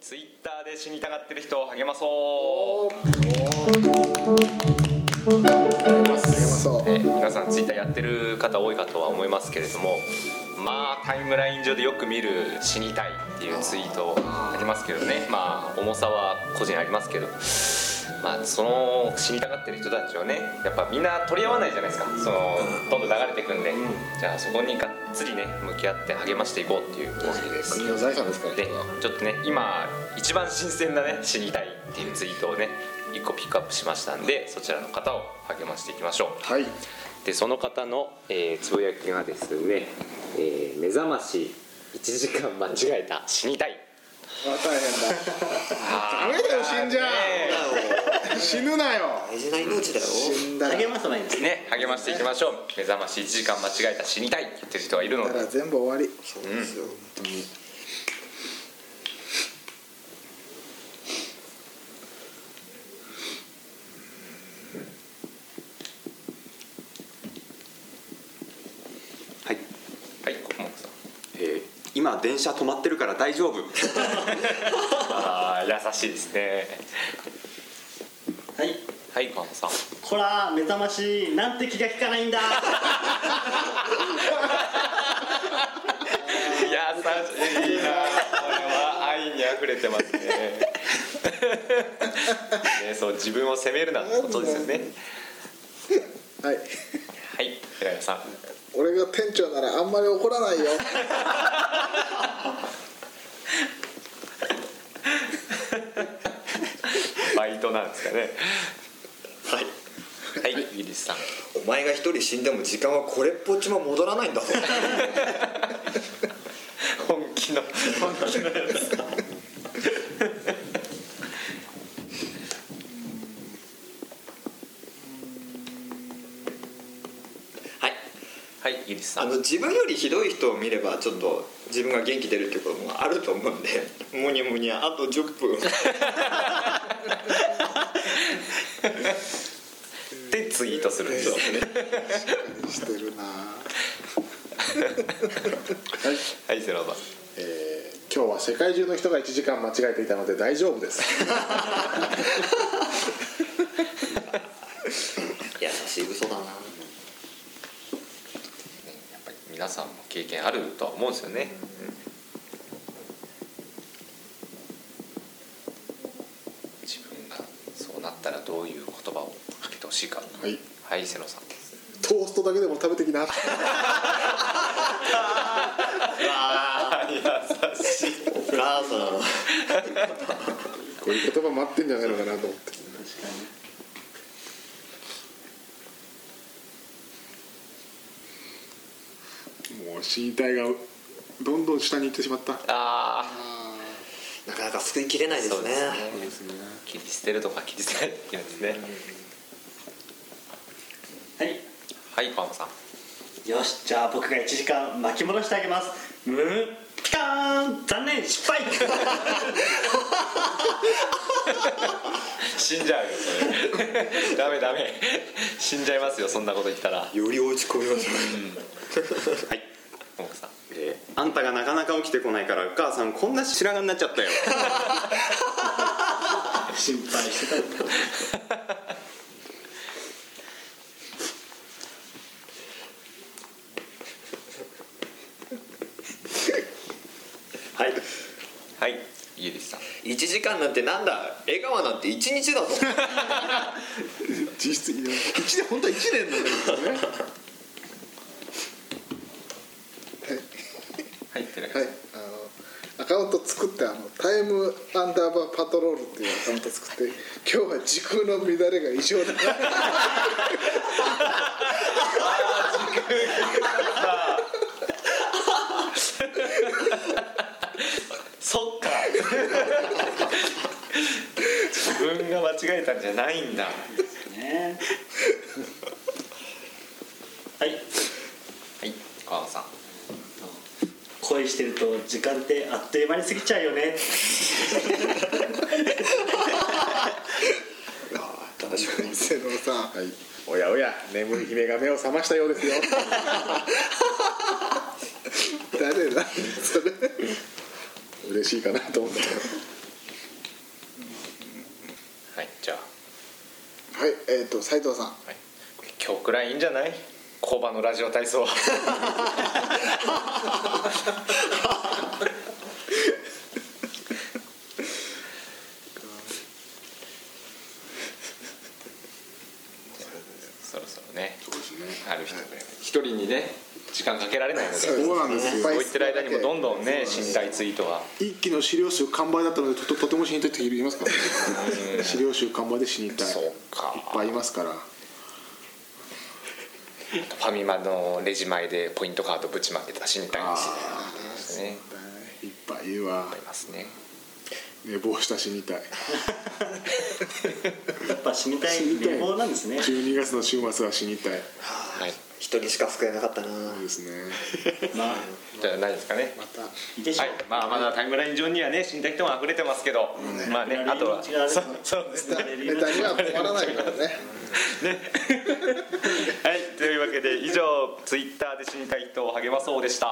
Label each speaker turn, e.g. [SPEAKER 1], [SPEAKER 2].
[SPEAKER 1] ツイッターで死にたがってる人を励まそう
[SPEAKER 2] そう
[SPEAKER 1] えー皆さんツイッターやってる方多いかとは思いますけれどもまあタイムライン上でよく見る「死にたい」っていうツイートありますけどねまあ重さは個人ありますけど。まあ、その死にたがってる人たちをねやっぱみんな取り合わないじゃないですかそのどんどん流れていくんで、じゃあそこにがっつりね向き合って励ましていこうっていう動きです
[SPEAKER 2] 国の財産ですから
[SPEAKER 1] でちょっとね今一番新鮮なね「死にたい」っていうツイートをね1個ピックアップしましたんでそちらの方を励ましていきましょう
[SPEAKER 2] はい
[SPEAKER 1] でその方の、えーつぶやきがですね、えー目覚まし1時間間違えた死にたい
[SPEAKER 2] あ大変だダメだよ死んじゃう死ぬなよ
[SPEAKER 3] 大事な命だよ
[SPEAKER 2] 死んだら
[SPEAKER 4] 励ますのはいいんです
[SPEAKER 1] ね
[SPEAKER 4] ね
[SPEAKER 1] 励ましていきましょう目覚まし1時間間違えた死にたいって言ってる人がいるの
[SPEAKER 2] だか
[SPEAKER 1] で
[SPEAKER 2] ら全部終わり
[SPEAKER 3] そうですよ、本当に
[SPEAKER 5] はい、
[SPEAKER 1] はい国本さん
[SPEAKER 5] えー今電車止まってるから大丈夫
[SPEAKER 1] あー優しいですね
[SPEAKER 4] はい
[SPEAKER 1] はい国本さん
[SPEAKER 4] こら目覚ましなんて気が利かないんだ
[SPEAKER 1] 優しいなこれは愛に溢れてますねねそう自分を責めるなってことですよね
[SPEAKER 2] はい
[SPEAKER 1] はい寺山さん
[SPEAKER 2] 俺が店長ならあんまり怒らないよ
[SPEAKER 1] バイトなんですかねはいはいイギリスさん
[SPEAKER 3] お前が一人死んでも時間はこれっぽっちも戻らないんだぞ
[SPEAKER 1] 本気の本気のやつ
[SPEAKER 3] はい
[SPEAKER 1] はいイギリスさ
[SPEAKER 3] あ
[SPEAKER 1] ん
[SPEAKER 3] の自分よりひどい人を見ればちょっと自分が元気出るっていうこともあると思うんでもにゃもにゃあと10分
[SPEAKER 1] でツイートするんですよ
[SPEAKER 2] してるな
[SPEAKER 1] はいセロさん
[SPEAKER 2] えー今日は世界中の人が1時間間違えていたので大丈夫です
[SPEAKER 3] 優しい嘘だな
[SPEAKER 1] やっぱり皆さんも経験あるとは思うんですよね、自分がそうなったらどういう言葉をかけてほしいかはいはいセロさん
[SPEAKER 2] トーストだけでも食べてきな
[SPEAKER 3] フラーサだな
[SPEAKER 2] こういう言葉待ってんじゃないのかなと思ってもう死に体がどんどん下に行ってしまった
[SPEAKER 1] ああ
[SPEAKER 3] なかなか救いきれないですね
[SPEAKER 2] そうですね
[SPEAKER 1] 切り捨てるとか切り捨てないってやつね
[SPEAKER 4] はい
[SPEAKER 1] はいパンさん
[SPEAKER 4] よしじゃあ僕が1時間巻き戻してあげますムーピカーン残念失敗
[SPEAKER 1] 死んじゃうよそれ ダメダメ死んじゃいますよそんなこと言ったら
[SPEAKER 3] より落ち込みますね
[SPEAKER 5] はい、
[SPEAKER 1] 奥さん
[SPEAKER 5] えーあんたがなかなか起きてこないからお母さんこんな白髪になっちゃったよ
[SPEAKER 4] 心配してた
[SPEAKER 3] はい
[SPEAKER 1] はいイギリスさん
[SPEAKER 3] 1時間なんてなんだ笑顔なんて1日 だぞ
[SPEAKER 2] 実質1年本当は1年なんだけどね
[SPEAKER 1] はい寺川
[SPEAKER 2] はいあのアカウント作ってあのタイムアンダーバーパトロールっていうアカウント作って今日は時空の乱れが異常だ
[SPEAKER 1] そ っか自分が間違えたんじゃないんだ
[SPEAKER 4] ねはい
[SPEAKER 1] はい川野さん
[SPEAKER 4] 恋してると時間ってあっという間に過ぎちゃうよね
[SPEAKER 3] 楽しみ
[SPEAKER 2] 瀬野さん、おやおや眠い姫が目を覚ましたようですよ誰だそれ嬉しいかなと思ったけど
[SPEAKER 1] じゃあ
[SPEAKER 6] はいえっ、と斉藤さん
[SPEAKER 1] はい今日くらいいいんじゃない工場のラジオ体操そろそろねある人ぐらい一人にね時間かけられないので
[SPEAKER 6] そうです
[SPEAKER 2] そうなんですよ
[SPEAKER 1] こう言ってる間にもどんどんね信頼ツイートは
[SPEAKER 2] 一期の資料集完売だったのでととても死にたいって言いますからね資料集完売で死にたいいっ
[SPEAKER 1] そうか
[SPEAKER 2] ぱいいますから
[SPEAKER 1] ファミマのレジ前でポイントカードぶちまけた死にたい
[SPEAKER 2] あ
[SPEAKER 1] ですね
[SPEAKER 2] ーいっぱいいるわ
[SPEAKER 1] いますね
[SPEAKER 2] 寝坊した死にたい
[SPEAKER 4] やっぱ死にたい寝坊なんですね
[SPEAKER 2] 12月の週末は死にたい
[SPEAKER 1] はい
[SPEAKER 3] 一人しか救えなかったな
[SPEAKER 2] そうですね
[SPEAKER 4] まあ
[SPEAKER 1] じゃあないですかね
[SPEAKER 6] また
[SPEAKER 4] いいでしょ
[SPEAKER 1] は
[SPEAKER 4] う、
[SPEAKER 1] い、まあ、まだタイムライン上にはね、死んだ人も溢れてますけど、まあね、あとは。
[SPEAKER 4] 違 う
[SPEAKER 1] そう、そうですね。
[SPEAKER 6] ネタには困らないからね
[SPEAKER 1] はい、というわけで、以上、ツイッターで死にたい人を励まそうでした。